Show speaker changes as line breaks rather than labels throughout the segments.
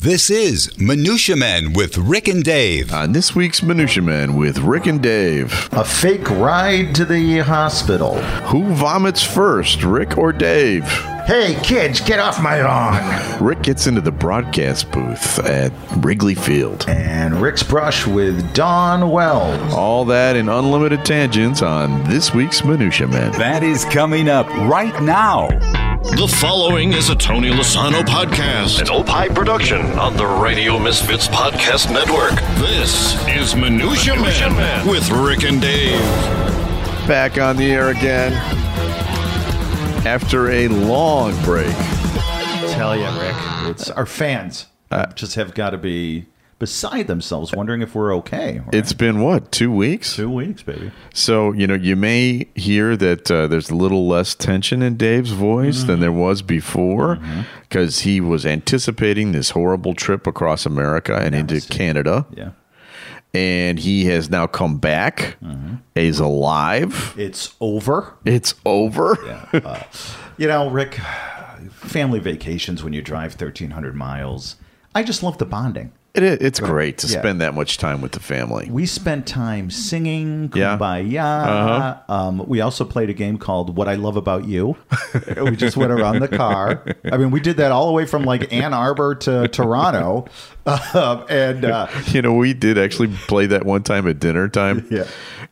This is Minutia Men with Rick and Dave.
on this week's Minutia Man with Rick and Dave.
A fake ride to the hospital.
Who vomits first, Rick or Dave?
Hey, kids, get off my lawn!
Rick gets into the broadcast booth at Wrigley Field.
And Rick's Brush with Don Wells.
All that and unlimited tangents on this week's Minutia Man.
That is coming up right now.
The following is a Tony Lasano podcast.
an Opie production on the Radio Misfits Podcast Network.
This is Minutia,
Minutia
Man,
Man.
with Rick and Dave.
Back on the air again after a long break.
Tell you, Rick. It's our fans uh, just have got to be beside themselves, wondering if we're okay. right?
It's been what, two weeks?
two weeks, baby.
So, you know, you may hear that uh, there's a little less tension in Dave's voice than
Mm-hmm.
there was before because he was anticipating this horrible trip across America and into Canada.
Yeah. Mm-hmm.
And he has now come back. He's alive.
It's over. Uh,
It's over.
You know, Rick, family vacations when you drive 1,300 miles. I just love the bonding.
It i- it's great to
Yeah.
spend that much time with the family.
We spent time singing
Yeah. Uh-huh.
"Kumbaya." Um, we also played a game called "What I Love About You." we just went around the car. I mean, we did that all the way from like Ann Arbor to Toronto, um, and uh,
You know, we did actually play that one time at dinner time.
Yeah.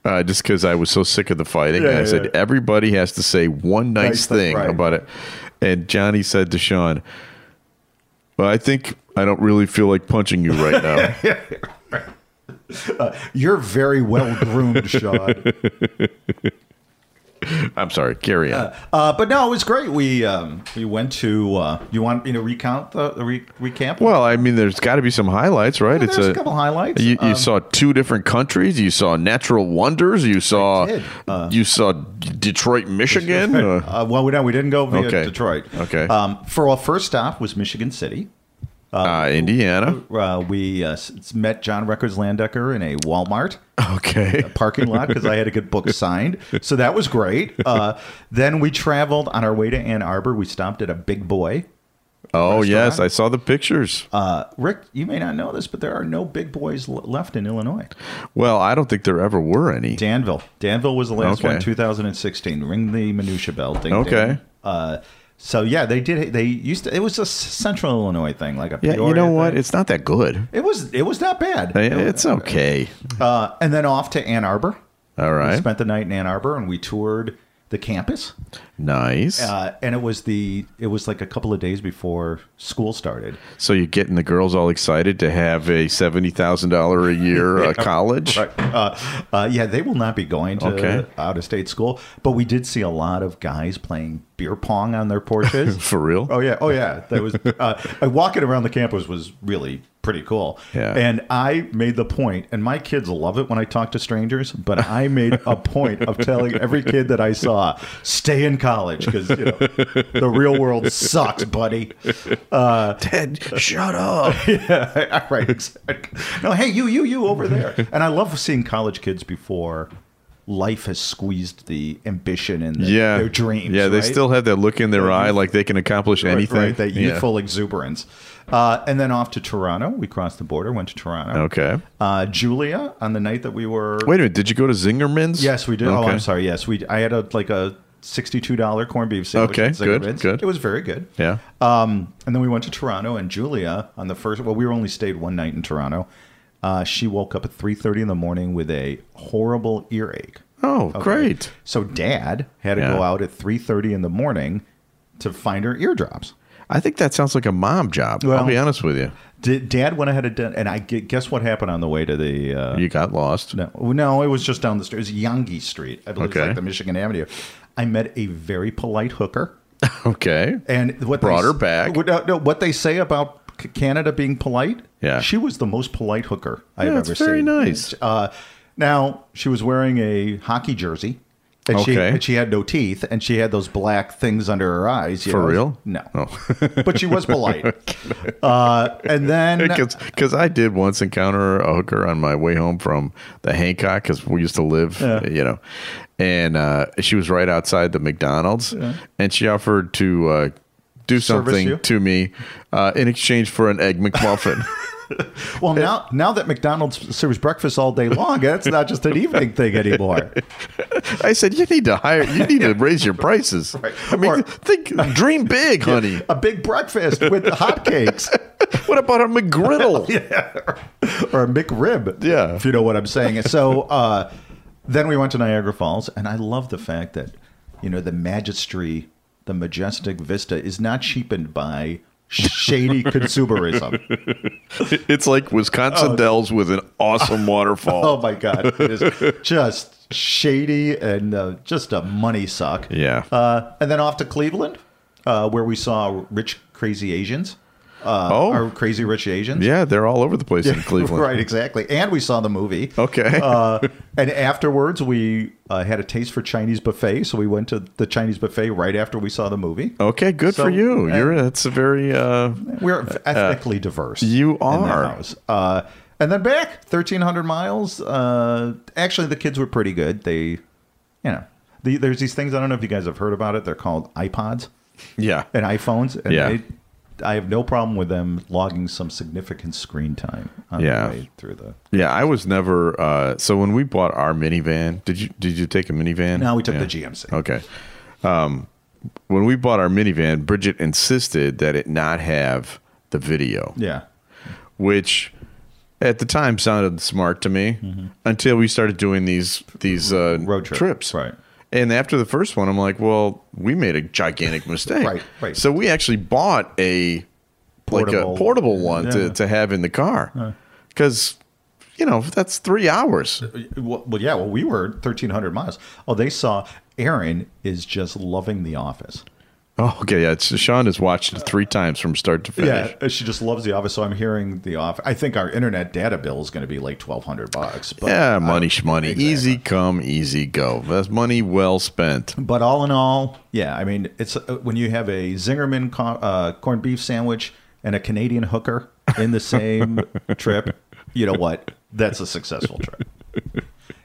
Uh, just because I was so sick of the fighting.
Yeah,
I
yeah,
said,
yeah.
everybody has to say one nice,
Nice thing,
thing
right.
about it. And Johnny said to Sean, well, I think I don't really feel like punching you right now.
you're very well groomed, Sean.
I'm sorry. Carry on.
Uh, but no, it was great. We um, we went to. Uh, you want me to recount the, the re- recap?
well, I mean, there's got to be some highlights, right?
Yeah, there's a couple highlights.
You, you
Um,
saw two different countries. You saw natural wonders. You saw
did. Uh,
you saw Detroit, Michigan. Uh,
Uh, well, we no, we didn't go via
Okay.
Detroit.
Okay.
Um, for our first stop was Michigan City.
uh, Indiana.
Uh, we uh, s- s- met John Records Landecker in a Walmart.
Okay.
parking lot because I had to get books signed. So that was great. Uh, then we traveled on our way to Ann Arbor. We stopped at a Big Boy.
Oh yes,
restaurant.
I saw the pictures.
Uh, Rick, you may not know this, but there are no Big Boys l- left in Illinois.
well, I don't think there ever were any.
Danville. Danville was the last
Okay.
one, 2016. Ring the minutia bell. Ding, ding.
Okay.
Uh, so yeah, they did. They used to. It was a s- Central Illinois thing, like a.
Yeah, you
Peoria
know what?
thing.
It's not that good.
It was. It was not bad.
I- It's okay.
Uh, and then off to Ann Arbor.
All
We
right.
spent the night in Ann Arbor and we toured the campus.
Nice.
uh, and it was the it was like a couple of days before school started.
So you're getting the girls all excited to have a seventy thousand dollar a year uh, college.
Uh, uh, yeah, they will not be going to
Okay.
out of state school, but we did see a lot of guys playing beer pong on their porches.
For real?
oh yeah, oh yeah. That was uh, uh, walking around the campus was really pretty cool.
Yeah.
And I made the point, and my kids love it when I talk to strangers, but I made a point of telling every kid that I saw, stay in college because you know, the real world sucks, buddy. Uh,
Ted, shut up.
Yeah, right. Exactly. No, hey, you, you, you over there. And I love seeing college kids before life has squeezed the ambition and the,
yeah.
their dreams.
Yeah, they
right?
still have that look in their eye, like they can accomplish
Right,
anything.
right, that
Yeah.
youthful exuberance. Uh, and then off to Toronto. We crossed the border, went to Toronto.
Okay.
Uh, Julia, on the night that we were.
Wait a minute. Did you go to Zingerman's?
Yes, we did. Oh,
Okay.
I'm sorry. Yes, we. I had a like a sixty-two dollar corned beef sandwich.
Okay,
at
good,
Zingerman's.
good.
It was very good.
Yeah.
Um, and then we went to Toronto, and Julia on the first. Well, we were only stayed one night in Toronto. Uh, she woke up at three thirty in the morning with a horrible earache.
oh, great.
So Dad had to
Yeah.
go out at three thirty in the morning to find her eardrops.
I think that sounds like a mom job. I'll
Well-
be honest with you.
Did Dad went ahead and done, and I gu- guess what happened on the way to the uh,
You got lost.
No, no, it was just down the street. It was Yonge Street, I believe,
Okay.
it's like the Michigan Avenue. I met a very polite hooker,
Okay.
and what they
Brought her
s-
back.
What, no, no, what they say about C- Canada being polite?
Yeah.
she was the most polite hooker I've
Yeah,
ever
it's
seen.
very nice.
Uh, now she was wearing a hockey jersey. And she,
Okay.
and she had no teeth, and she had those black things under her eyes. you
For
know.
real?
No,
Oh.
but she was polite. uh, and then
Because I did once encounter a hooker on my way home from the Hancock because we used to live, you know, and uh, she was right outside the McDonald's and she offered to uh, do
Service you?
something to me uh, in exchange for an egg McMuffin.
Well, now now that McDonald's serves breakfast all day long, that's not just an evening thing anymore.
I said, you need to hire, you need to raise your prices. I mean,
Or-
think, dream big, honey.
A big breakfast with hotcakes
What about a McGriddle?
or a McRib.
Yeah.
If you know what I'm saying. So uh, then we went to Niagara Falls, and I love the fact that, you know, the magistry, the majestic vista is not cheapened by shady consumerism.
It's like Wisconsin Dells with an awesome waterfall.
Oh my god, it is just shady and uh, just a money suck.
Yeah.
Uh, and then off to Cleveland, uh, where we saw rich, crazy Asians. Uh,
Oh.
or crazy rich Asians.
yeah, they're all over the place in Cleveland.
right, exactly. And we saw the movie.
Okay.
Uh, and afterwards, we uh, had a taste for Chinese buffet, so we went to the Chinese buffet right after we saw the movie.
Okay, good
So,
for you.
uh,
You're that's a very uh,
We're ethnically diverse.
you
in that
are.
house. Uh, and then back 1,300 miles. Uh, actually, the kids were pretty good. They, you know, the, there's these things. I don't know if you guys have heard about it. They're called iPods
yeah.
and iPhones. And
Yeah.
they, I have no problem with them logging some significant screen time on
Yeah.
the way through the.
Yeah, I was never. Uh, so when we bought our minivan, did you did you take a minivan?
No, we took
Yeah.
the GMC.
Okay. Um, when we bought our minivan, Bridget insisted that it not have the video,
Yeah.
which at the time sounded smart to me until we started doing these these uh,
Mm-hmm. Road trip.
trips.
Right.
And after the first one, I'm like, well, we made a gigantic mistake.
Right, right.
So we actually bought a like
Portable.
a portable one
Yeah.
to, to have in the car because you know that's three hours.
Well, well, yeah. Well, we were 1,300 miles. Oh, they saw Aaron is just loving The Office.
Oh, okay. Yeah, it's, Sean has watched it three times from start to finish.
Yeah, uh, she just loves the office. So I'm hearing the office. I think our internet data bill is going to be like twelve hundred bucks. But,
Yeah, money, shmoney. Easy come, easy go. That's money well spent.
but all in all, yeah. I mean, it's uh, when you have a Zingerman co- uh, corned beef sandwich and a Canadian hooker in the same trip. You know what? That's a successful trip.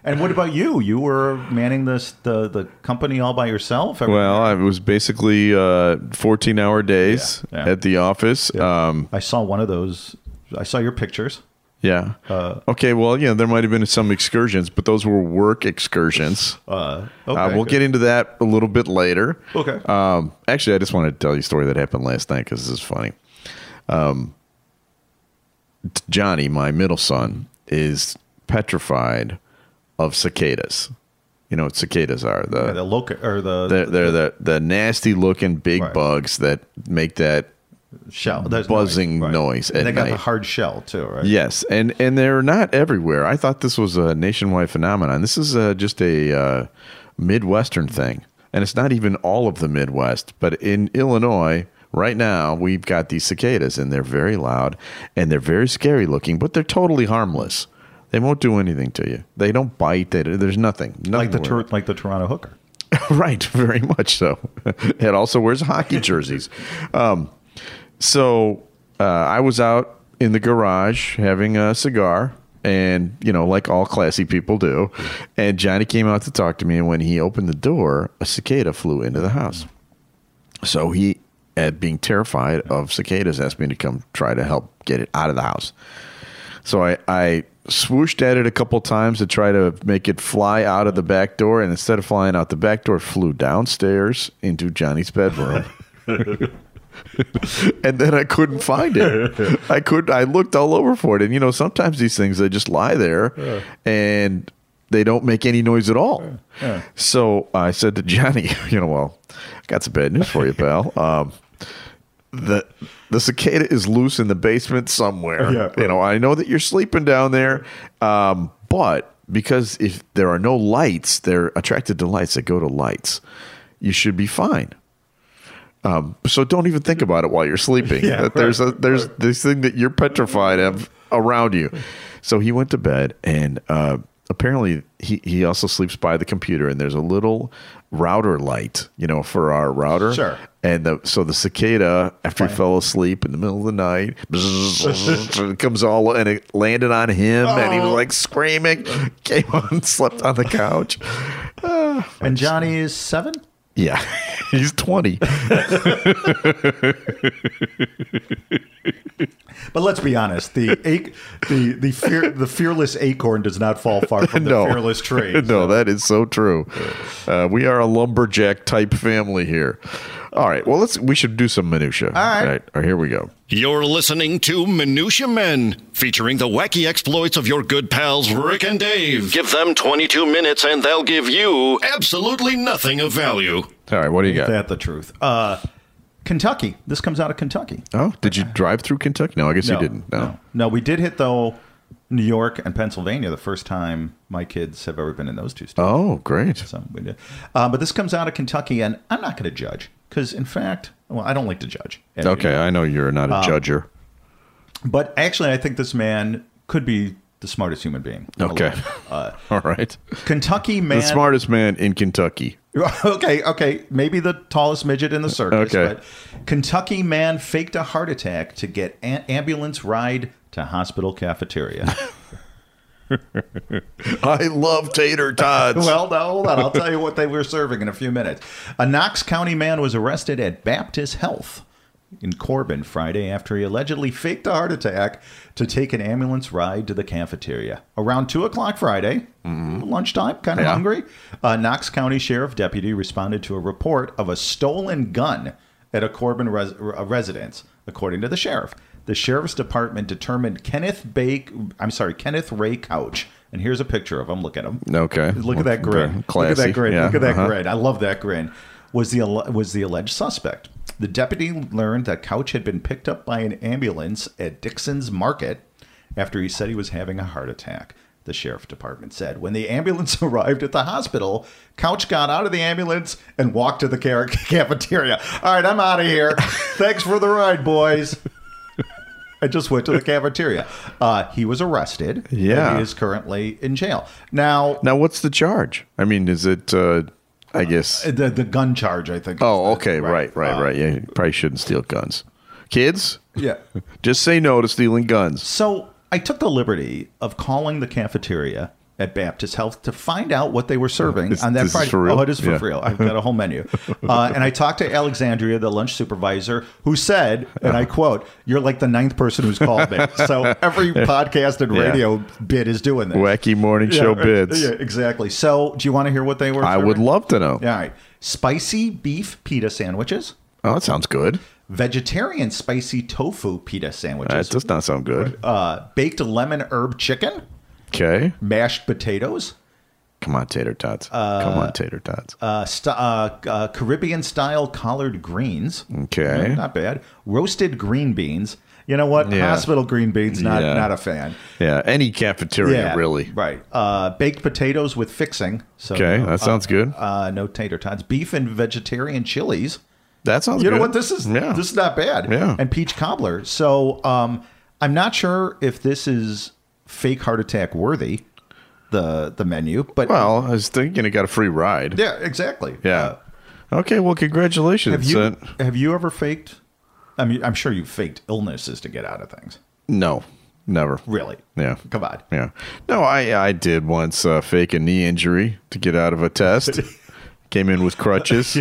And what about you? You were manning this the the company all by yourself. Every-
Well, I- it was basically uh, 14 hour days
Yeah, yeah.
at the office. Um,
I saw one of those. I saw your pictures.
yeah.
Uh,
okay. Well, yeah, there might have been some excursions, but those were work excursions.
Uh,
uh,
okay,
we'll
good.
get into that a little bit later.
Okay.
Um, actually, I just wanted to tell you a story that happened last night because this is funny. Um, t- Johnny, my middle son, is petrified of cicadas. You know what cicadas are? The
the local or the,
they're, they're the the nasty looking big
Right.
bugs that make that
shell, there's
buzzing
right.
noise at
And they got the
night.
hard shell too, right?
Yes, and and they're not everywhere. I thought this was a nationwide phenomenon. This is uh, just a uh, midwestern thing, and it's not even all of the Midwest. But in Illinois, right now, we've got these cicadas, and they're very loud, and they're very scary looking, but they're totally harmless. They won't do anything to you. They don't bite. They, there's nothing. nothing
like the
to
Tor- like the Toronto hooker.
right, very much so. it also wears hockey jerseys. Um, so uh, I was out in the garage having a cigar, and you know, like all classy people do. And Johnny came out to talk to me, and when he opened the door, a cicada flew into the house. So he, at being terrified of cicadas, asked me to come try to help get it out of the house. So I, I swooshed at it a couple times to try to make it fly out of the back door, and instead of flying out the back door, it flew downstairs into Johnny's bedroom. and then I couldn't find it. I could I looked all over for it, and you know sometimes these things they just lie there, and they don't make any noise at all. So I said to Johnny, you know, well, I got some bad news for you, pal. Um, the the cicada is loose in the basement somewhere.
Yeah.
You know, I know that you're sleeping down there, um, but because if there are no lights, they're attracted to lights. They go to lights. You should be fine. Um, so don't even think about it while you're sleeping.
Yeah,
That there's a, there's this thing that you're petrified of around you. So he went to bed, and uh, apparently he he also sleeps by the computer. And there's a little router light, you know, for our router.
Sure.
And the, so the cicada, after he fell asleep in the middle of the night, it comes all and it landed on him, and he
Oh.
was like screaming. Came on, slept on the couch.
And Johnny is seven.
Yeah, he's 20.
But let's be honest, the ac- the the, fear, the fearless acorn does not fall far from the
no.
fearless tree.
no, that is so true. Uh, we are a lumberjack type family here. All right. Well, let's. We should do some minutia. All
right.
All right here we go.
You're listening to Minutia Men, featuring the wacky exploits of your good pals Rick and Dave.
Give them 22 minutes and they'll give you
Absolutely nothing of value.
All right. What do you got?
That the truth. Uh, Kentucky. This comes out of Kentucky.
Oh, did you drive through Kentucky? No, I guess you didn't. No.
no. No, we did hit though New York and Pennsylvania the first time my kids have ever been in those two states.
Oh, great.
So we did. Uh, but this comes out of Kentucky, and I'm not going to judge because, in fact, well, I don't like to judge. as you
Okay, I know you're not a
Uh,
judger.
But actually, I think this man could be the smartest human being.
Okay.
alive. Uh,
All right.
Kentucky man.
The smartest man in Kentucky.
Okay, okay. Maybe the tallest midget in the circus.
Okay.
But Kentucky man faked a heart attack to get an ambulance ride to hospital cafeteria.
I love tater tots.
well, now hold on. I'll tell you what they were serving in a few minutes. A Knox County man was arrested at Baptist Health in Corbin Friday after he allegedly faked a heart attack to take an ambulance ride to the cafeteria. Around 2 o'clock Friday, lunchtime, kind of
Yeah.
hungry, a Knox County sheriff deputy responded to a report of a stolen gun at a Corbin res- a residence, according to the sheriff. The sheriff's department determined Kenneth Bake, I'm sorry, Kenneth Ray Couch. And here's a picture of him. Look at him.
okay.
Look at that grin. Look at
Classy.
that grin.
Yeah,
Look at that
uh-huh.
grin. I love that grin. Was the al- was the alleged suspect? The deputy learned that Couch had been picked up by an ambulance at Dixon's Market after he said he was having a heart attack. The sheriff department said when the ambulance arrived at the hospital, Couch got out of the ambulance and walked to the car- cafeteria. All right, I'm out of here. Thanks for the ride, boys. I just went to the cafeteria. Uh, he was arrested. and
Yeah.
he is currently in jail now.
Now, what's the charge? I mean, is it? Uh, I guess.
The the gun charge, I think. is
Oh,
the-
okay. Right, right,
Uh,
right. Yeah, you probably shouldn't steal guns. Kids,
Yeah.
just say no to stealing guns.
So I took the liberty of calling the cafeteria at Baptist Health to find out what they were serving
Is-
on that
this is
Friday.
for real?
Oh, it is for
Yeah.
real. I've got a whole menu. Uh, and I talked to Alexandria, the lunch supervisor, who said, and I quote, "You're like the ninth person who's called me." So every podcast and
Yeah.
radio bit is doing this.
Wacky morning
Yeah,
show
right.
bids.
Yeah, exactly. So do you want to hear what they were?
I would
serving?
love to know.
All right, spicy beef pita sandwiches.
Oh, that sounds good.
vegetarian spicy tofu pita
That
sandwiches,
does not sound good.
uh, baked lemon herb chicken,
Okay.
mashed potatoes,
Come on, tater tots. Come on, tater tots.
uh, st- uh, uh, Caribbean style collard greens.
Okay.
Yeah, not bad. Roasted green beans. You know what?
Yeah.
Hospital green beans. Not
Yeah.
not a fan.
yeah, any cafeteria, really.
Right. Uh, baked potatoes with fixing. So
Okay,
no,
that sounds good.
Uh, no tater tots. Beef and vegetarian chilies.
That sounds
you
good.
know what this is
Yeah.
this is not bad
Yeah.
and peach cobbler so um i'm not sure if this is fake heart attack worthy the the menu but
well, I was thinking it got a free ride.
yeah exactly
Yeah.
Uh,
Okay, well, congratulations.
have you
Uh,
have you ever faked i mean i'm sure you faked illnesses to get out of things
no, never.
really
Yeah.
come on
Yeah. No, I I did once uh, fake a knee injury to get out of a test. Came in with crutches.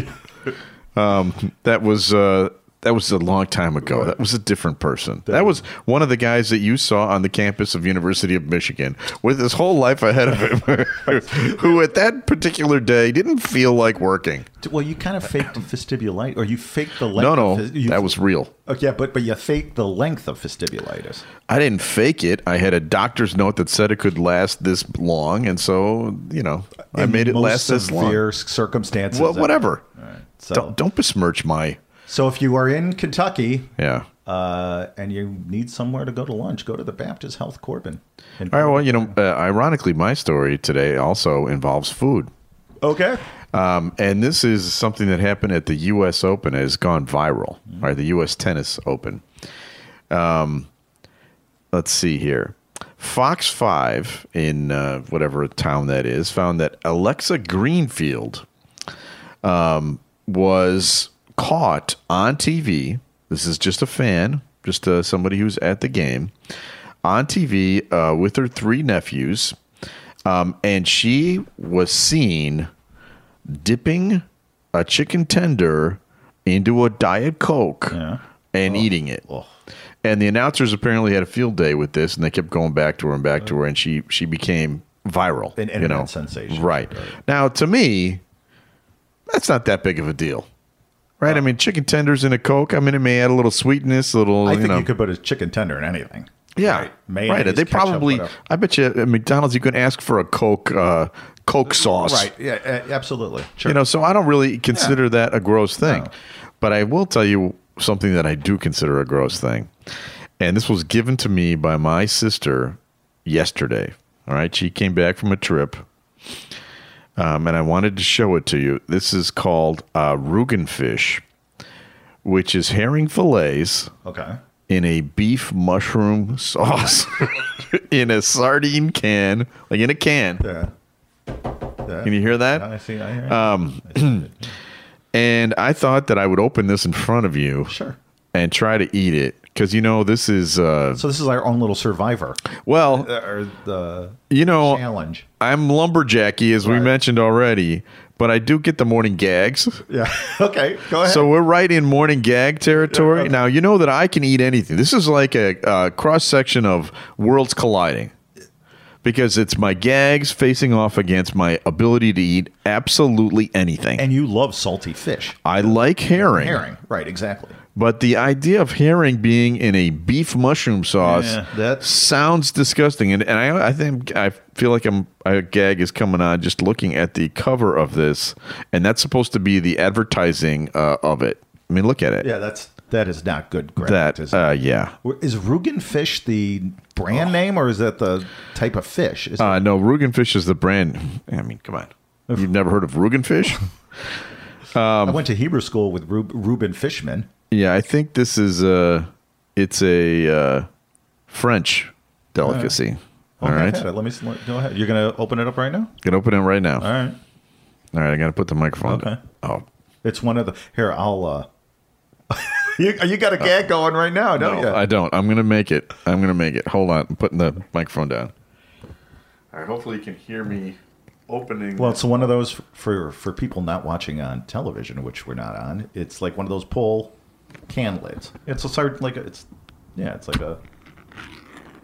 Um, that was uh, that was a long time ago. That was a different person. That was one of the guys that you saw on the campus of University of Michigan with his whole life ahead of him, who at that particular day didn't feel like working.
D- well you kind of faked vestibulitis or you faked the length
No,
of
no,
fis- you,
that was real.
oh, yeah but but you faked the length of vestibulitis
I didn't fake it. I had a doctor's note that said it could last this long, and so you know, I
In
made it
most
last this long.
severe circumstances
Well, whatever.
so
Don't don't besmirch my
so if you are in kentucky
yeah.
uh, and you need somewhere to go to lunch, go to the Baptist Health Corbin. And-
All right. Well, you know, uh, ironically, my story today also involves food,
okay.
um, and this is something that happened at the U.S. Open. It has gone viral.
Mm-hmm.
All right, the U.S. Tennis Open. Um, let's see here. Fox 5 in uh, whatever town that is found that Alexa Greenfield um, was caught on TV. This is just a fan, just uh, somebody who's at the game on TV uh, with her three nephews. Um, and she was seen dipping a chicken tender into a Diet Coke
Yeah. Oh.
and eating it. And the announcers apparently had a field day with this, and they kept going back to her and back to her, and she she became viral.
An internet sensation.
Right. Now, to me, that's not that big of a deal. Right, I mean, chicken tenders in a Coke. I mean, it may add a little sweetness, a little.
I
you
think you,
know.
could put a chicken tender in anything.
Yeah,
Mayonnaise,
right. They
ketchup,
probably.
whatever.
I bet you at McDonald's you can ask for a Coke, uh, Coke sauce.
Right. Yeah. a- Absolutely. Sure.
You know, so I don't really consider that a gross thing,
No.
but I will tell you something that I do consider a gross thing, and this was given to me by my sister yesterday. All right, she came back from a trip, um, and I wanted to show it to you. This is called uh, rugen fish, which is herring fillets
okay.
in a beef mushroom sauce in a sardine can, like in a can.
Yeah. Yeah.
Can you Um, hear that?
I see. I hear. it.
And I thought that I would open this in front of you
sure.
and try to eat it because you know this is uh,
So this is our own little survivor uh,
well,
or the
you know,
challenge.
I'm lumberjacky as we
Right.
mentioned already, but I do get the morning gags.
Yeah. okay. Go ahead.
So we're right in morning gag territory. Now you know that I can eat anything. This is like a uh, cross section of worlds colliding because it's my gags facing off against my ability to eat absolutely anything.
and you love salty fish.
I like herring,
Herring. Right. Exactly.
but the idea of herring being in a beef mushroom sauce
Yeah, that's-
sounds disgusting. And, and I, I think I feel like I'm a gag is coming on just looking at the cover of this, and that's supposed to be the advertising uh, of it. I mean, look at it.
Yeah. That's that is not good.
that
is,
uh, yeah
is Rugen fish the
Oh.
brand name or is that the type of fish? Is
uh, no Rugenfish is the brand. I mean, come on, you've never heard of Rugenfish? Um,
I went to Hebrew school with Rub- Ruben Fishman.
yeah, I think this is a it's a uh, French delicacy.
Oh,
All
I've
right,
had it. Let me s- let- go ahead. You're gonna open it up right now.
can open it right now.
All right.
All right, I got to put the microphone.
Okay.
Oh,
It's one of the here. I'll. uh You, you got a gag going right now, don't
Uh, no,
you?
I don't. I'm gonna make it. I'm gonna make it. Hold on, I'm putting the microphone down. All right. Hopefully, you can hear me opening.
Well, it's one of those for for people not watching on television, which we're not on. It's like one of those pull can lids. It's a sort like a, it's yeah, it's like a.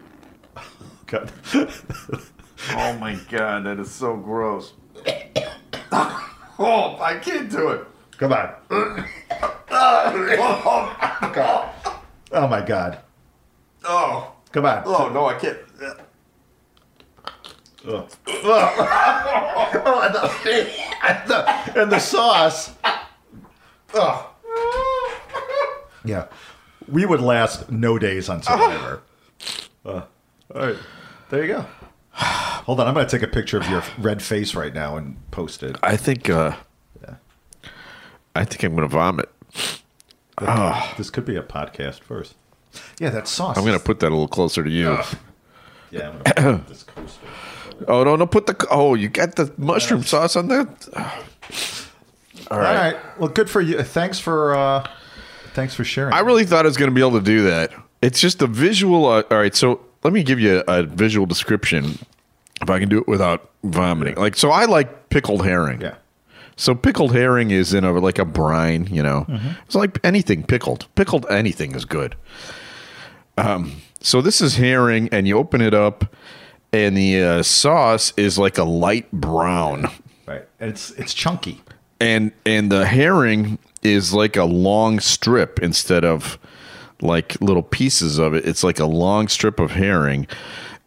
God.
oh my god, that is so gross. oh, I can't do it.
Come on. Oh my god.
Oh,
Come on.
no, I can't.
Oh, And the, and the sauce.
Oh.
Ugh. Yeah. We would last no days on
Oh.
Survivor. Uh, all right. There you go. Hold on. I'm going to take a picture of your red face right now and post it.
I think. uh I think I'm gonna vomit. Oh.
This could be a podcast first. Yeah, that sauce.
I'm gonna put that a little closer to you.
Yeah, I'm going to this coaster.
Oh no, no, put the. Oh, you got the mushroom sauce on there.
All right. Well, good for you. Thanks for uh, thanks for sharing.
I really thought I was going to be able to do that. It's just the visual. Uh, all right, so let me give you a, a visual description if I can do it without vomiting. Like, so I like pickled herring.
yeah.
So pickled herring is in a like a brine, you know. It's like anything pickled. Pickled anything is good. Um, so this is herring, and you open it up, and the uh, sauce is like a light brown,
Right. And it's it's chunky.
and and the herring is like a long strip instead of like little pieces of it it's like a long strip of herring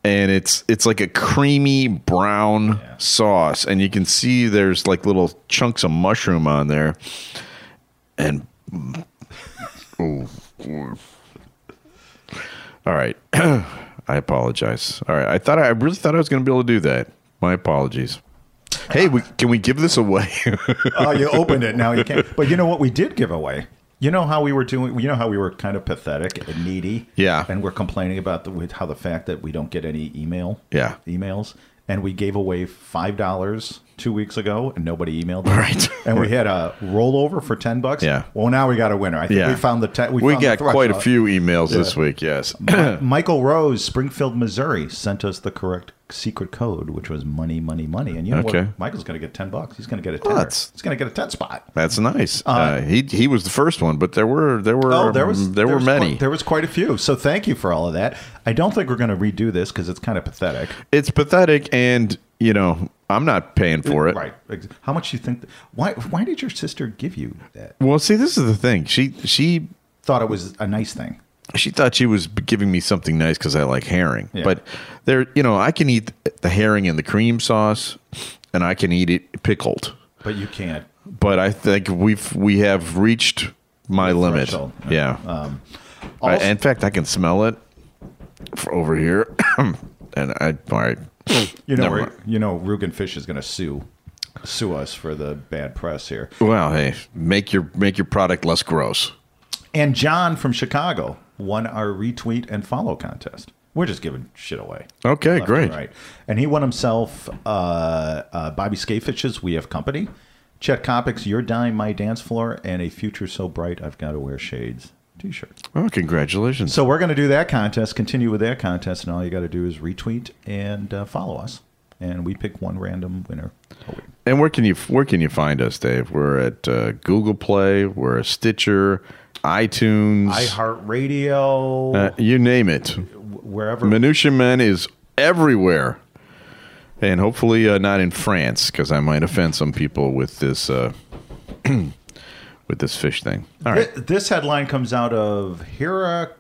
and it's it's like a creamy brown sauce and you can see there's like little chunks of mushroom on there and all right i apologize all right i thought i really thought i was going to be able to do that my apologies hey we, can we give this away
oh, you opened it. Now you can't. But you know what we did give away? You know how we were doing. You know how we were kind of pathetic and needy.
Yeah.
And we're complaining about the with how the fact that we don't get any email.
Yeah.
Emails, and we gave away five dollars two weeks ago, and nobody emailed. Them.
Right.
And we had a rollover for ten bucks.
Yeah.
Well, now we got a winner. I think
Yeah.
we found the ten. We,
We
found the
got
threshold.
quite a few emails this week. Yes.
Michael Rose, Springfield, Missouri, sent us the correct secret code, which was money, money, money. And you know
Okay.
what? Michael's going to get ten bucks. He's going to get a ten.
That's-
He's going to get a ten spot.
That's nice. Uh, he he was the first one, but there were there were um,
Oh, there was
there, were
was
many.
Quite, there was quite a few. So thank you for all of that. I don't think we're going to redo this because it's kind of pathetic.
it's pathetic, and you know I'm not paying for it.
Right. Ex- How much you think? Why? Why did your sister give you that?
Well, see, this is the thing. She she
Thought it was a nice thing.
she thought she was giving me something nice because I like herring.
Yeah.
But there, you know, I can eat the herring in the cream sauce, and I can eat it pickled.
But you can't.
But I think we've we have reached my limit.
Threshold. Um,
Yeah. I-
Also-
in fact, I can smell it f- over here, and I all right.
You know.
Never
Ru-
mind.
You know. Rugen Fish is going to sue, sue us for the bad press here.
Well, hey, make your make your product less gross.
And John from Chicago won our retweet and follow contest. We're just giving shit away.
Okay,
Left
great.
and right. And he won himself uh, uh, Bobby Skafish's We Have Company, Chet Copic's Your Dime, My Dance Floor, and a Future So Bright I've Got to Wear Shades t shirt.
Oh, congratulations!
So we're going to do that contest, continue with that contest, and all you got to do is retweet and uh, follow us. And we pick one random winner. a week.
and where can you where can you find us, Dave? We're at uh, Google Play, we're at Stitcher, iTunes,
iHeartRadio,
uh, you name it.
wherever.
Minutia Men is everywhere, and hopefully uh, not in France because I might offend some people with this uh, with this fish thing. All right,
Thi- This headline comes out of Hira,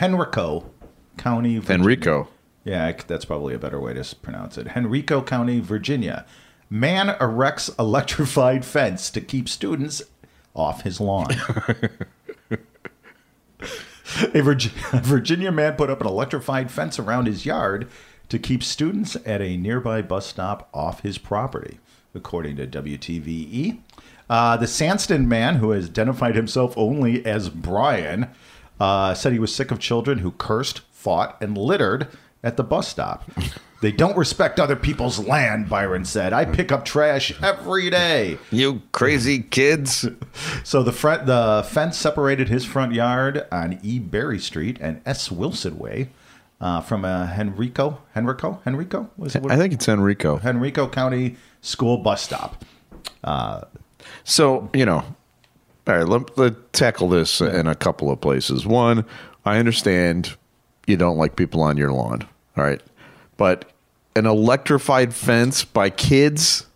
Henrico County, Virginia.
Enrico.
Yeah, I c- that's probably a better way to s- pronounce it. Henrico County, Virginia. Man erects electrified fence to keep students off his lawn. a Virg- Virginia man put up an electrified fence around his yard to keep students at a nearby bus stop off his property, according to WTVE. Uh, the Sandston man, who has identified himself only as Brian, uh, said he was sick of children who cursed, fought, and littered at the bus stop. They don't respect other people's land, Byron said. I pick up trash every day.
You crazy kids!
So the front, the fence separated his front yard on E. Berry Street and S. Wilson Way uh, from a Henrico, Henrico, Henrico, was it?
I think it's Enrico.
Henrico County school bus stop.
So you know, all right. Let, let tackle this in a couple of places. One, I understand you don't like people on your lawn. All right, but an electrified fence by kids,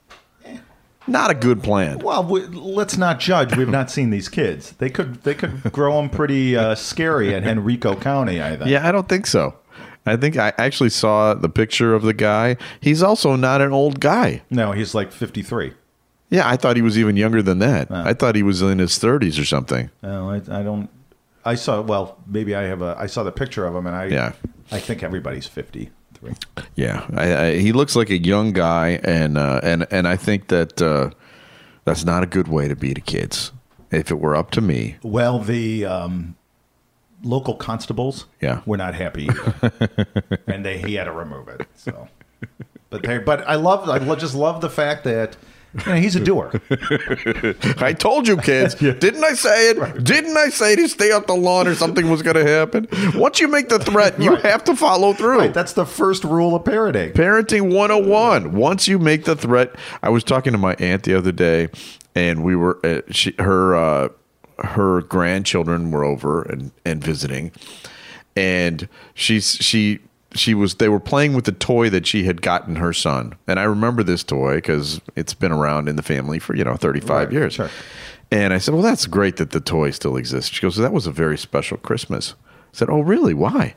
not a good plan.
Well, we, let's not judge. We've not seen these kids. They could they could grow them pretty uh, scary in Henrico County. I think.
Yeah, I don't think so. I think I actually saw the picture of the guy. He's also not an old guy.
No, he's like fifty three.
Yeah, I thought he was even younger than that. I thought he was in his 30s or something.
No, I, I don't. I saw. Well, maybe I have a. I saw the picture of him, and I.
Yeah.
I think everybody's fifty three.
Yeah, I, I, he looks like a young guy, and uh, and and I think that uh, that's not a good way to be to kids. If it were up to me,
Well, the um, local constables
Yeah.
were not happy, either. and they he had to remove it. So, but they but I love I lo- just love the fact that you know, he's a doer.
I told you, kids, didn't I say it? Didn't I say to stay off the lawn or something was going to happen? Once you make the threat, you have to follow through.
Right, that's the first rule of parenting.
Parenting 101. Once you make the threat, I was talking to my aunt the other day, and we were uh she, her uh, her grandchildren were over and and visiting, and she's she she was they were playing with the toy that she had gotten her son, and I remember this toy because it's been around in the family for you know 35
Right,
years.
sure.
And I said, Well, that's great that the toy still exists. She goes, That was a very special Christmas. I said, Oh, really? Why?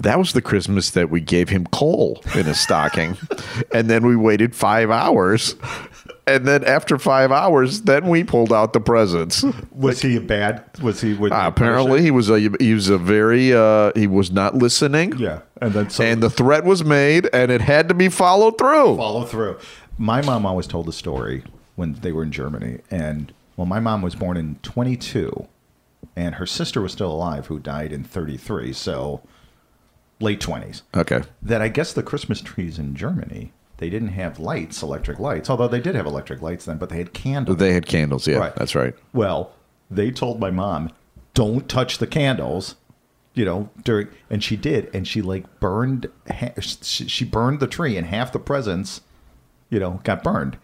That was the Christmas that we gave him coal in a stocking. And then we waited five hours. And then after five hours, then we pulled out the presents.
Was he bad? Was he with
Uh, apparently, he was a he was a very uh, he was not listening.
Yeah, and then so
And the threat was made, and it had to be followed through.
follow through. My mom always told a story when they were in Germany, and well, my mom was born in 22, and her sister was still alive, who died in 33, so late 20s.
Okay.
that I guess the Christmas trees in Germany They didn't have lights, electric lights, although they did have electric lights then, but they had candles.
They had candles. Yeah,
Right.
that's right.
Well, they told my mom, "Don't touch the candles," you know. During and she did, and she like burned. Ha- she, she burned the tree, and half the presents, you know, got burned.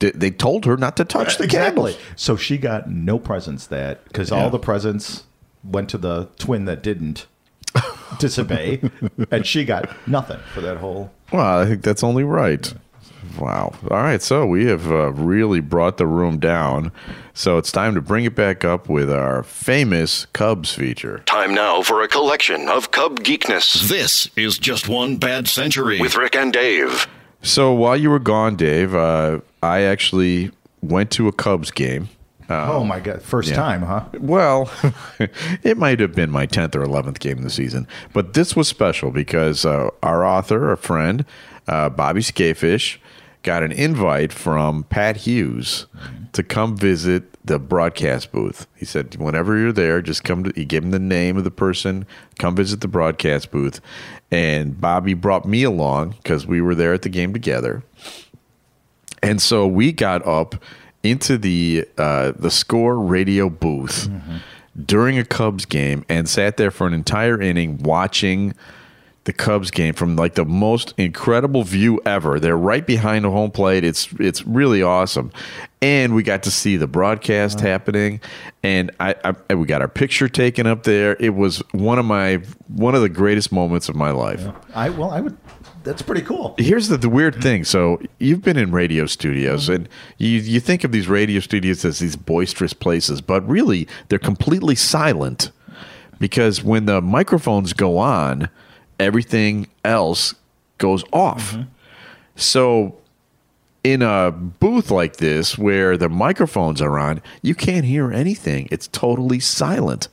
They, they told her not to touch the candles.
So she got no presents that because
Yeah.
all the presents went to the twin that didn't disobey, and she got nothing for that whole.
Well, I think that's only right. Wow. All right. So we have uh, really brought the room down. So it's time to bring it back up with our famous Cubs feature.
Time now for a collection of Cub geekness
This is just one bad century.
with Rick and Dave.
So while you were gone, Dave, uh, I actually went to a Cubs game.
oh my god! First time, huh?
Well, it might have been my 10th or 11th game of the season, but this was special because uh, our author, a friend, uh, Bobby Scafish, got an invite from Pat Hughes to come visit the broadcast booth. He said, whenever you're there, just come to, he gave him the name of the person, come visit the broadcast booth. And Bobby brought me along because we were there at the game together. And so we got up into the uh, the score radio booth during a Cubs game and sat there for an entire inning watching the Cubs game from like the most incredible view ever. They're right behind the home plate. It's it's really awesome, and we got to see the broadcast happening, and I, I and we got our picture taken up there. It was one of my one of the greatest moments of my life.
I well, I would. That's pretty cool.
Here's the, the weird thing. So you've been in radio studios, and you you think of these radio studios as these boisterous places, but really they're completely silent because when the microphones go on, everything else goes off. So in a booth like this where the microphones are on, you can't hear anything. It's totally silent.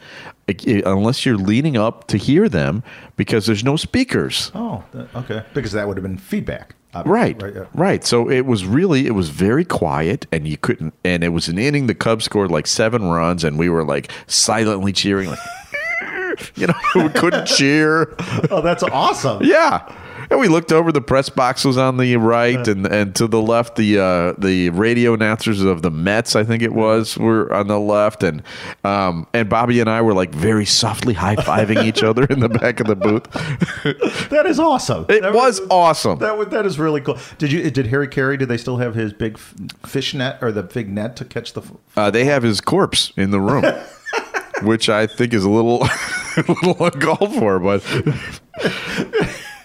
Like, i- Unless you're leaning up to hear them because there's no speakers.
Oh, that- okay. Because that would have been feedback. Uh,
Right, right,
yeah.
So it was really, it was very quiet, and you couldn't. And it was an inning. The Cubs scored like seven runs, and we were like silently cheering, like you know, we couldn't cheer.
Oh, that's awesome.
Yeah. And we looked over. The press box was on the right, and, and to the left, the uh, the radio announcers of the Mets, I think it was, were on the left, and um, and Bobby and I were like very softly high fiving each other in the back of the booth.
That is awesome.
it
That
was awesome.
That would, that is really cool. Did you did Harry Carey? Did they still have his big f- fish net or the big net to catch the? f-
Uh, they have his corpse in the room, which I think is a little, a little uncalled for. But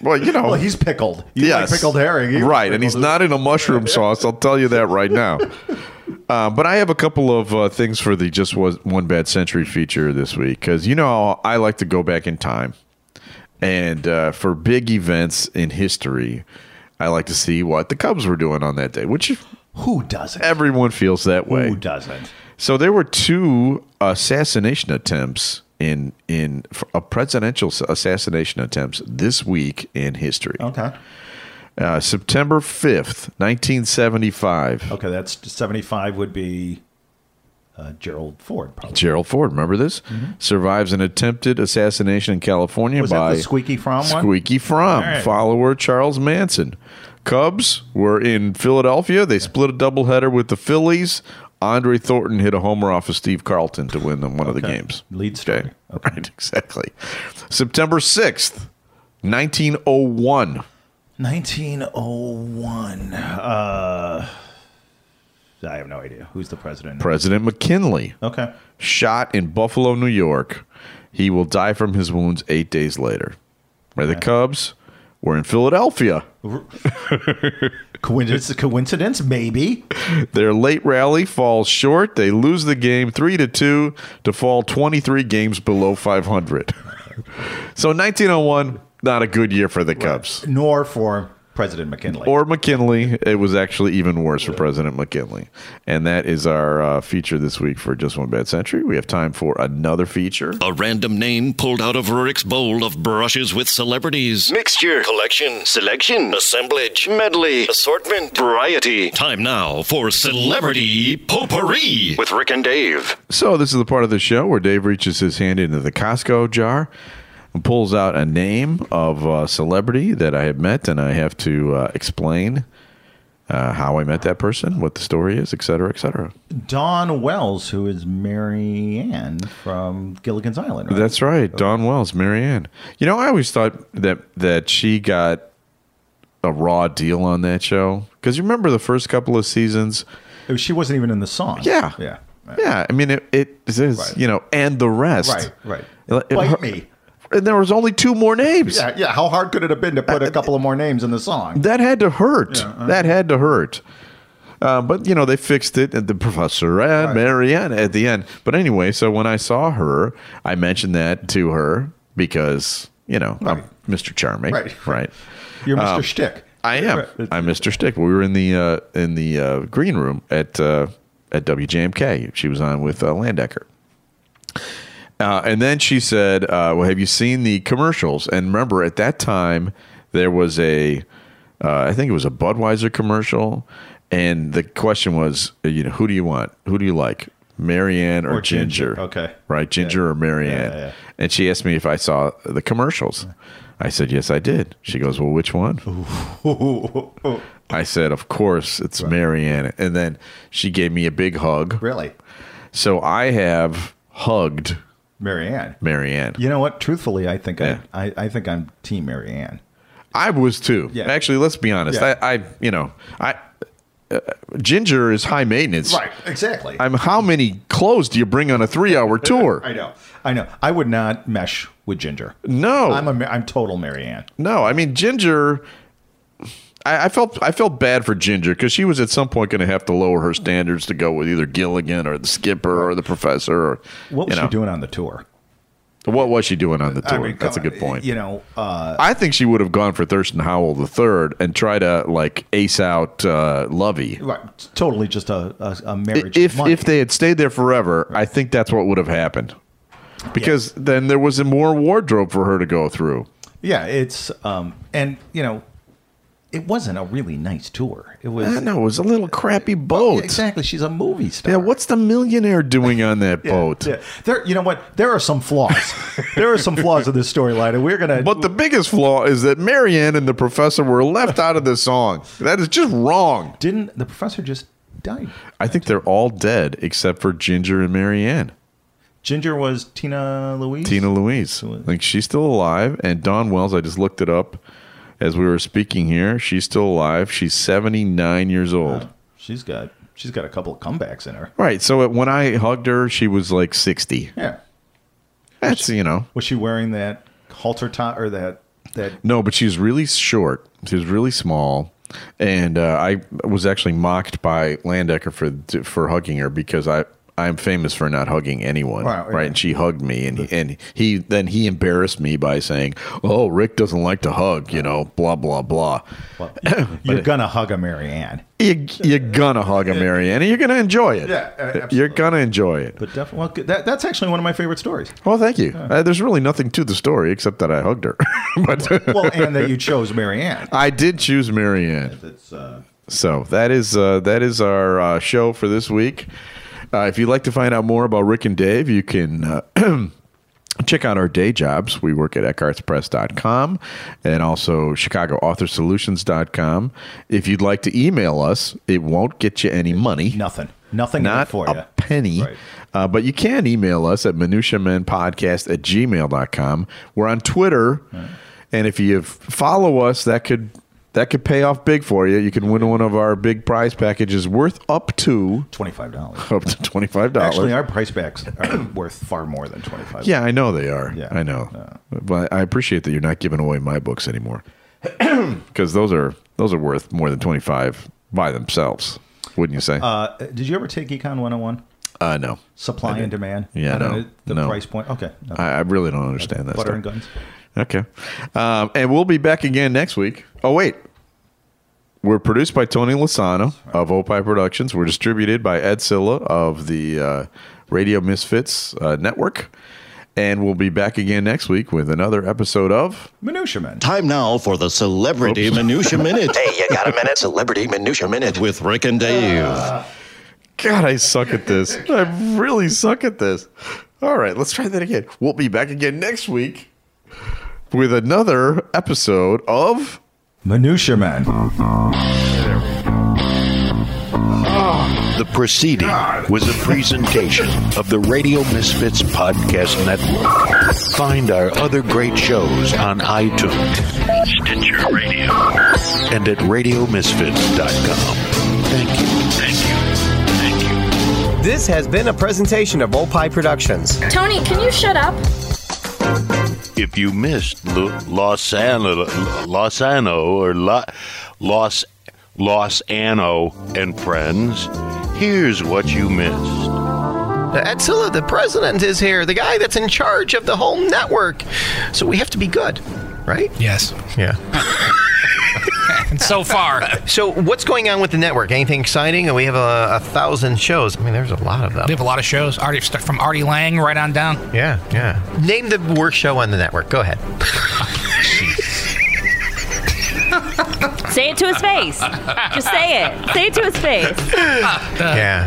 well, you know,
Well, he's pickled. He's
Oh. yes,
like pickled herring. He was
right? And he's
pickled.
not in a mushroom sauce. I'll tell you that right now. Uh, but I have a couple of uh, things for the just was one bad century feature this week because you know how I like to go back in time, and uh, for big events in history, I like to see what the Cubs were doing on that day, which
Who doesn't?
everyone feels that way.
Who doesn't?
So there were two assassination attempts in in f- a presidential s- assassination attempts this week in history.
Okay.
Uh, September fifth, nineteen seventy five.
Okay, that's seventy five would be uh, Gerald Ford. Probably.
Gerald Ford, remember this? Survives an attempted assassination in California
Mm-hmm. Was
by
that the squeaky from one?
Squeaky Fromm,
All right.
follower Charles Manson. Cubs were in Philadelphia. They split a doubleheader with the Phillies. Andre Thornton hit a homer off of Steve Carlton to win them one of the games.
Lead story.
Okay. Right, exactly. September oh 6th, 1901.
Nineteen oh one. I have no idea who's the president.
President McKinley
okay.
shot in Buffalo, New York. He will die from his wounds eight days later. Where the Cubs were in Philadelphia.
Coincidence? coincidence? Maybe.
Their late rally falls short. They lose the game three to two to fall twenty three games below five hundred. so nineteen oh one, not a good year for the Cubs.
Nor for President McKinley.
Or McKinley. It was actually even worse for President McKinley. And that is our uh, feature this week for Just One Bad Century. We have time for another feature.
A random name pulled out of Rick's bowl of brushes with celebrities.
Mixture, collection, selection, assemblage, medley, assortment, variety.
Time now for Celebrity Potpourri.
With Rick and Dave.
So this is the part of the show where Dave reaches his hand into the Costco jar and pulls out a name of a celebrity that I have met, and I have to uh, explain uh, how I met that person, what the story is, et cetera, et cetera.
Dawn Wells, who is Mary Ann from Gilligan's Island. Right?
That's right, Don Wells, Marianne. You know, I always thought that that she got a raw deal on that show because you remember the first couple of seasons.
she wasn't even in the song.
Yeah,
yeah,
yeah. I mean, it, it says
Right.
you know, and the rest.
Right, right.
It- it-
Bite me.
And there was only two more names.
yeah, yeah. How hard could it have been to
Uh,
put a couple of more names in the song?
That had to hurt. that had to hurt. Uh, but you know they fixed it at the professor and Marianne at the end. But anyway, so when I saw her, I mentioned that to her because you know I'm Mr. Charming,
Right.
right?
You're Mr. Shtick.
um, I am. I'm Mr. Stick. We were in the uh, in the uh, green room at uh, at WJMK. She was on with uh, Landecker. Uh, and then she said, uh, "Well, have you seen the commercials?" And remember, at that time, there was a, uh, I think it was a Budweiser commercial, and the question was, uh, you know, who do you want? Who do you like, Marianne or,
Or Ginger.
Ginger?
Okay.
right, Ginger or Marianne?
Yeah, yeah.
And she asked me if I saw the commercials. I said, "Yes, I did." She goes, "Well, which one?" I said, "Of course, it's Marianne." And then she gave me a big hug.
Really,
So I have hugged
Mary Ann.
Marianne.
You know what? Truthfully, I think
Yeah.
I, I, I think I'm Team Mary Ann.
I was too.
Yeah.
Actually, let's be honest.
Yeah.
I, I, you know, I uh, Ginger is high maintenance.
Exactly.
I'm how many clothes do you bring on a 3-hour tour?
I know. I know. I would not mesh with Ginger.
No.
I'm a Ma- I'm total Mary Ann.
No, I mean Ginger. I, I felt I felt bad for Ginger because she was at some point going to have to lower her standards to go with either Gilligan or the Skipper or the Professor. Or
What
you
was
know.
she doing on the tour?
What was she doing on the
I
tour?
mean,
That's a
come
good
on,
point.
You know, uh,
I think she would have gone for Thurston Howell the third and try to like ace out uh, Lovey.
right, it's totally just a, a, a marriage.
if
money.
if they had stayed there forever, I think that's what would have happened. Because then there was a more wardrobe for her to go through.
yeah, it's um, and you know, it wasn't a really nice tour. It was
I know it was a little crappy boat.
exactly. She's a movie star.
Uh, Yeah, what's the millionaire doing on that boat?
Yeah. There, you know what? There are some flaws. there are some flaws in this storyline, and we're gonna.
But the biggest flaw is that Marianne and the professor were left out of the song. That is just wrong.
didn't the professor just die?
I think they're all dead except for Ginger and Marianne.
Ginger was Tina Louise.
Tina Louise. I think she's still alive. And Don Wells, I just looked it up as we were speaking here. She's still alive. She's 79 years old.
She's got she's got a couple of comebacks in her.
Right. So it, when I hugged her, she was like 60.
Yeah.
That's, you know.
Was she wearing that halter top or that that?
No, but she was really short. She was really small. And uh, I was actually mocked by Landecker for for hugging her because I I'm famous for not hugging anyone,
Wow, yeah.
right? And she hugged me, and he, and he then he embarrassed me by saying, "Oh, Rick doesn't like to hug," you know, blah blah blah.
Well, you're gonna hug a Mary Ann,
you, you're gonna hug a Marianne. and You're gonna enjoy it.
Yeah, uh, absolutely.
you're gonna enjoy it.
but definitely well, good- that, that's actually one of my favorite stories.
Well, thank you. Uh, there's really nothing to the story except that I hugged her, but
Well, and that you chose Mary Ann.
I did choose Marianne.
That's uh,
So that is uh, that is our uh, show for this week. Uh, if you'd like to find out more about Rick and Dave, you can. Uh, Check out our day jobs. We work at EckhartsPress.com and also ChicagoAuthorSolutions.com. If you'd like to email us, it won't get you any money.
nothing, nothing in it
not
for
a
you.
penny.
Right.
Uh, but you can email us at minutiamenpodcast at gmail.com. We're on Twitter. And if you f- follow us, that could that could pay off big for you. You can win one of our big prize packages worth up to
Twenty five dollars.
up to twenty five dollars.
Actually, our price backs are worth far more than twenty five.
yeah, I know they are.
Yeah.
I know. But I appreciate that you're not giving away my books anymore. Because those are those are worth more than twenty five by themselves, wouldn't you say?
Uh, did you ever take Econ one hundred and one?
uh no.
Supply and demand.
Yeah,
I don't
no,
know, the
no.
price point. Okay, no.
I, I really don't understand that.
butter
stuff.
and guns.
Okay. Um, and we'll be back again next week. Oh, wait. We're produced by Tony Lasano of Opie Productions. We're distributed by Ed Silla of the uh, Radio Misfits uh, Network. And we'll be back again next week with another episode of.
Minutia men.
Time now for the Celebrity Minutia Minute
Hey, you got a minute? Celebrity Minutia Minute.
with Rick and Dave.
God, I suck at this. I really suck at this. All right, let's try that again. We'll be back again next week with another episode of.
Minutia men.
There we go.
The proceeding was a presentation of the Radio Misfits Podcast Network. Find our other great shows on iTunes, Stitcher Radio, and at RadioMisfits.com. Thank you. Thank you. Thank you.
This has been a presentation of Old Pie Productions.
Tony, can you shut up?
if you missed L- Los Ano, Los Ano or La- Los Los Ano and Friends, here's what you missed.
Attila, the president, is here, the guy that's in charge of the whole network. So we have to be good, right?
Yes.
Yeah.
And so far,
So what's going on with the network? Anything exciting? We have a, a thousand shows. I mean, there's a lot of
we
them.
have a lot of shows. Artie, stuff from Artie Lang right on down.
Yeah, yeah. Name the worst show on the network. Go ahead.
Uh,
Say it to his face. Just say it. Say it to his face.
yeah,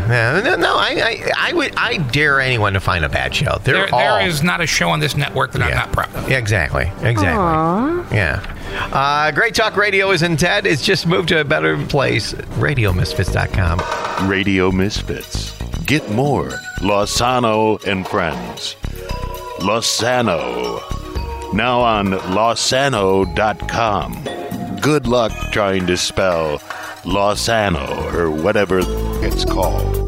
yeah. No, no I, I, I would, I dare anyone to find a bad show. They're
There,
all.
there is not a show on this network that I'm
Yeah.
not proud of.
Yeah, Exactly. Exactly. Yeah. Uh, Great Talk Radio isn't dead. It's just moved to a better place. RadioMisfits.com.
Radio Misfits. Get more Losano and Friends. Losano. Now on losano.com. Good luck trying to spell Losano or whatever it's called.